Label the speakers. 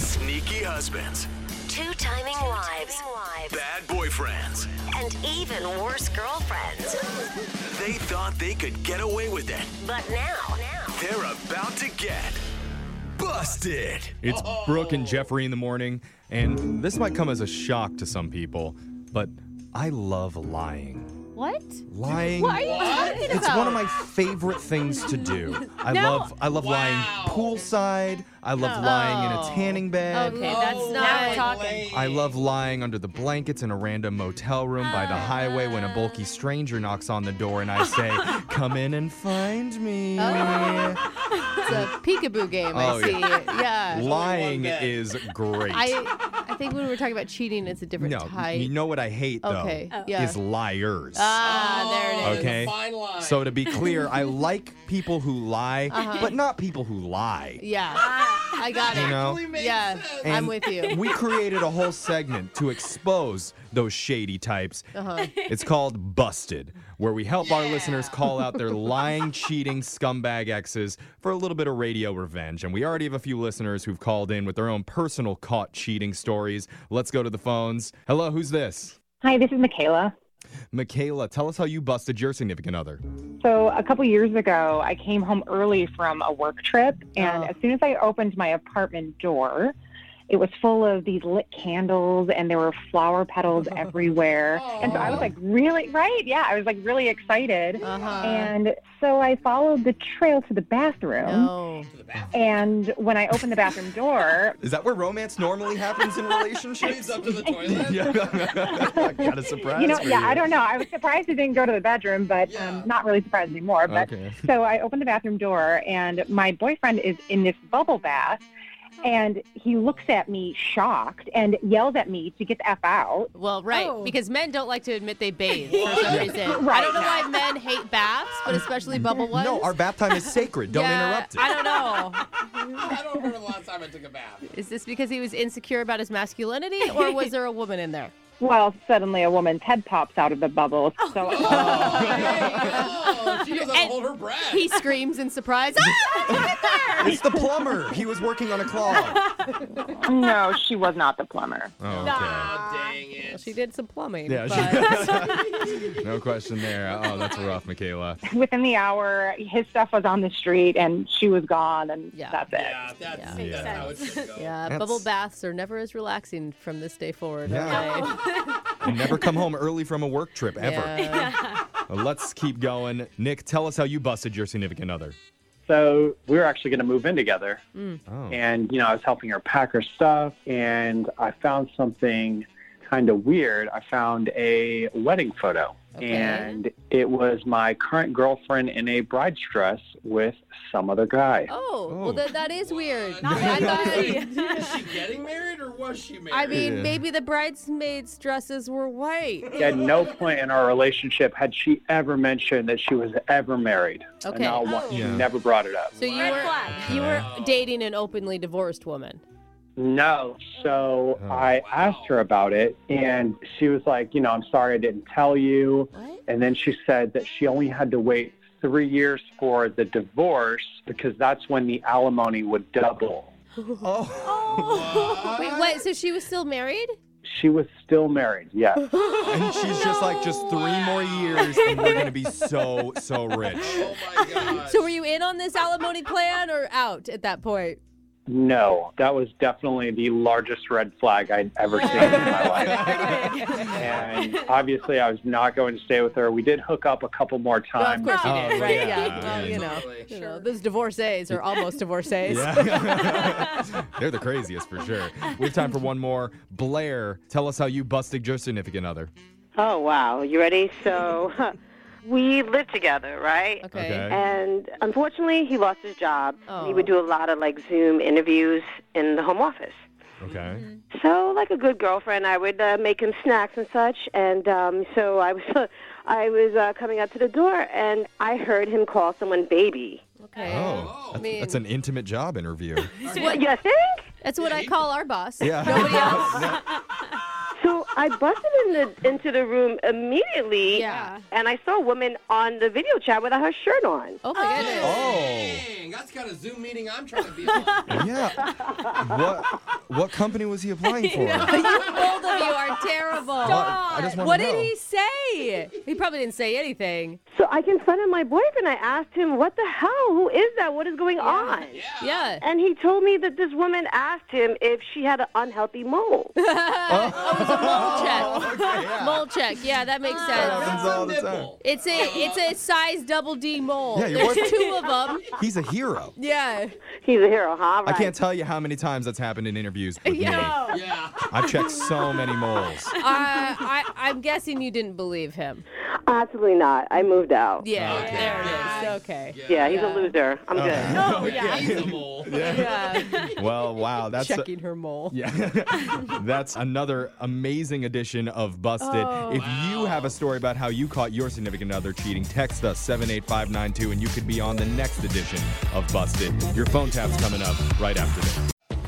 Speaker 1: Geeky husbands,
Speaker 2: Two timing wives
Speaker 1: bad boyfriends.
Speaker 2: and even worse girlfriends.
Speaker 1: They thought they could get away with it.
Speaker 2: But now,
Speaker 1: They're about to get busted.
Speaker 3: It's Brooke and Jeffrey in the morning, and this might come as a shock to some people, but I love lying.
Speaker 4: What?
Speaker 3: Lying.
Speaker 4: What are you talking about?
Speaker 3: It's one of my favorite things to do. I
Speaker 4: No.
Speaker 3: love I love lying poolside. I love lying in a tanning bed.
Speaker 4: Okay,
Speaker 5: Oh,
Speaker 4: that's not we're talking.
Speaker 3: I love lying under the blankets in a random motel room by the highway when a bulky stranger knocks on the door and I say, "Come in and find me."
Speaker 4: Oh.
Speaker 6: It's a peekaboo game,
Speaker 3: Oh,
Speaker 6: I
Speaker 3: yeah.
Speaker 6: see. Yeah.
Speaker 3: Lying is great.
Speaker 6: I I think when we're talking about cheating, it's a different
Speaker 3: no,
Speaker 6: type.
Speaker 3: you know what I hate though
Speaker 6: Okay, Oh. yeah.
Speaker 3: is liars.
Speaker 6: ah, there it is.
Speaker 3: Okay. So to be clear, I like people who lie,
Speaker 6: Uh-huh.
Speaker 3: but not people who lie.
Speaker 6: Yeah. I got
Speaker 3: You
Speaker 6: it.
Speaker 3: know?
Speaker 6: Yeah. I'm
Speaker 3: And
Speaker 6: with you.
Speaker 3: We created a whole segment to expose those shady types.
Speaker 6: Uh-huh.
Speaker 3: It's called Busted, where we help our listeners call out their lying, cheating, scumbag exes for a little bit of radio revenge. And we already have a few listeners who've called in with their own personal caught cheating stories. Let's go to the phones. Hello, who's this?
Speaker 7: Hi, this is Michaela.
Speaker 3: Michaela, tell us how you busted your significant other.
Speaker 7: So, a couple years ago, I came home early from a work trip, and
Speaker 6: Oh.
Speaker 7: as soon as I opened my apartment door, it was full of these lit candles and there were flower petals everywhere. And so I was like, really? Right? Yeah, I was like really excited.
Speaker 6: Uh-huh.
Speaker 7: And so I followed the trail to the bathroom.
Speaker 6: no.
Speaker 7: And when I opened the bathroom door,
Speaker 3: Is that where romance normally happens in relationships? up to the toilet. yeah. Got a surprise.
Speaker 7: you know,
Speaker 3: for
Speaker 7: yeah,
Speaker 3: you.
Speaker 7: I don't know. I was surprised it didn't go to the bedroom, but um, not really surprised anymore. But
Speaker 3: Okay.
Speaker 7: so I opened the bathroom door, and my boyfriend is in this bubble bath, and he looks at me shocked and yells at me to get the F out.
Speaker 6: Well, right,
Speaker 4: Oh.
Speaker 6: because men don't like to admit they bathe for some reason. I
Speaker 7: Right.
Speaker 6: don't know why men hate baths, but especially bubble ones.
Speaker 3: No, our bath time is sacred. Don't
Speaker 6: Yeah,
Speaker 3: interrupt it.
Speaker 6: I don't know.
Speaker 5: I don't remember the last time I took a bath.
Speaker 6: Is this because he was insecure about his masculinity, or was there a woman in there?
Speaker 7: Well, suddenly a woman's head pops out of the bubble. So uh,
Speaker 5: Oh, she doesn't
Speaker 6: And
Speaker 5: hold her breath.
Speaker 6: He screams in surprise. "Ah!"
Speaker 3: It's the plumber. He was working on a claw.
Speaker 7: no, she was not the plumber.
Speaker 3: Oh,
Speaker 5: Oh, dang it.
Speaker 6: she did some plumbing.
Speaker 3: Yeah,
Speaker 6: but-
Speaker 3: she- no question there. Oh, that's rough, Michaela.
Speaker 7: Within the hour, his stuff was on the street, and she was gone, and
Speaker 6: Yeah.
Speaker 7: that's it.
Speaker 5: Yeah, that's,
Speaker 6: Yeah.
Speaker 5: that's
Speaker 3: Yeah.
Speaker 5: how it should go.
Speaker 6: Yeah,
Speaker 3: That's-
Speaker 6: bubble baths are never as relaxing from this day forward.
Speaker 3: Yeah.
Speaker 6: are they?
Speaker 3: You never come home early from a work trip ever.
Speaker 6: Yeah.
Speaker 3: Well, Let's keep going. Nick, tell us how you busted your significant other.
Speaker 8: So we were actually going to move in together.
Speaker 6: Mm.
Speaker 3: Oh.
Speaker 8: And, you know, I was helping her pack her stuff. And I found something kind of weird. I found a wedding photo.
Speaker 6: Okay.
Speaker 8: And it was my current girlfriend in a bride's dress with some other guy.
Speaker 6: Oh,
Speaker 3: Oh.
Speaker 6: well, that, that is weird.
Speaker 5: Not
Speaker 6: I thought-
Speaker 5: Is she getting married or was she married?
Speaker 6: I mean,
Speaker 3: Yeah.
Speaker 6: maybe the bridesmaids' dresses were white.
Speaker 8: At no point in our relationship had she ever mentioned that she was ever married. And
Speaker 6: Okay.
Speaker 8: not once. She
Speaker 3: Yeah.
Speaker 8: never brought it up.
Speaker 6: So you
Speaker 5: Red
Speaker 6: were
Speaker 5: flag.
Speaker 6: you were
Speaker 5: Wow.
Speaker 6: dating an openly divorced woman.
Speaker 8: No. So
Speaker 3: Oh,
Speaker 8: I asked her about it, and she was like, you know, I'm sorry I didn't tell you.
Speaker 6: What?
Speaker 8: And then she said that she only had to wait three years for the divorce because that's when the alimony would double.
Speaker 3: Oh. Uh,
Speaker 6: Wait, what? So she was still married?
Speaker 8: She was still married, yes.
Speaker 3: And she's just like, just three more years, and we're going to be so, so rich.
Speaker 5: Oh my god.
Speaker 6: So were you in on this alimony plan or out at that point?
Speaker 8: no, that was definitely the largest red flag I'd ever seen in my life. And obviously, I was not going to stay with her. We did hook up a couple more
Speaker 6: Well, of
Speaker 8: times.
Speaker 6: course you
Speaker 3: Oh,
Speaker 6: did, right?
Speaker 3: yeah,
Speaker 6: Yeah.
Speaker 3: yeah,
Speaker 6: Well, you know,
Speaker 5: totally.
Speaker 6: you know, those divorcees are almost divorcees.
Speaker 3: Yeah. They're the craziest for sure. We have time for one more. Blair, tell us how you busted your significant other.
Speaker 9: Oh, wow. You ready? So we lived together, right?
Speaker 6: Okay.
Speaker 9: And unfortunately, he lost his job.
Speaker 6: Oh.
Speaker 9: We would do a lot of like Zoom interviews in the home office.
Speaker 3: Okay.
Speaker 9: So, like a good girlfriend, I would uh, make him snacks and such. And um, so I was, I was uh, coming up to the door, and I heard him call someone baby.
Speaker 6: Okay.
Speaker 3: Oh, that's, that's an intimate job interview.
Speaker 9: You think?
Speaker 6: That's what I call our boss.
Speaker 3: Yeah.
Speaker 6: Nobody else.
Speaker 9: So I busted in the, into the room immediately,
Speaker 6: Yeah.
Speaker 9: and I saw a woman on the video chat without her shirt on.
Speaker 6: Oh my goodness.
Speaker 3: Oh,
Speaker 5: Dang, that's kind of Zoom meeting I'm trying to be. on.
Speaker 3: yeah. What what company was he applying for?
Speaker 6: Both of you are terrible.
Speaker 3: Stop. I just wanna
Speaker 4: what did
Speaker 3: know.
Speaker 4: he say? He probably didn't say anything.
Speaker 9: So I confronted my boyfriend. I asked him, "What the hell? Who is that? What is going on?"
Speaker 4: Yeah.
Speaker 9: And he told me that this woman asked him if she had an unhealthy mole.
Speaker 6: Mole check.
Speaker 3: Oh, Okay, yeah.
Speaker 6: Mole check. Yeah, that makes
Speaker 3: That
Speaker 6: sense.
Speaker 3: happens all the time.
Speaker 6: It's a it's a size double D mole.
Speaker 3: Yeah, your
Speaker 6: There's
Speaker 3: wife-
Speaker 6: two of them.
Speaker 3: He's a hero.
Speaker 4: Yeah.
Speaker 9: He's a hero, huh?
Speaker 3: I
Speaker 9: Right.
Speaker 3: can't tell you how many times that's happened in interviews with me.
Speaker 6: Yeah.
Speaker 5: Yeah.
Speaker 3: I've checked so many moles.
Speaker 4: Uh, I, I'm guessing you didn't believe him.
Speaker 9: Absolutely not. I moved out.
Speaker 4: Yeah.
Speaker 5: Okay.
Speaker 4: There it is. Okay.
Speaker 9: Yeah, he's a loser. I'm
Speaker 3: Uh.
Speaker 9: good.
Speaker 5: Oh, yeah. He's a mole.
Speaker 4: Yeah.
Speaker 3: Well, wow, that's a-
Speaker 4: Checking her mole.
Speaker 3: yeah, that's another amazing edition of Busted. if you have a story about how you caught your significant other cheating, text us 78592 and you could be on the next edition of Busted. Your phone tap's coming up right after this.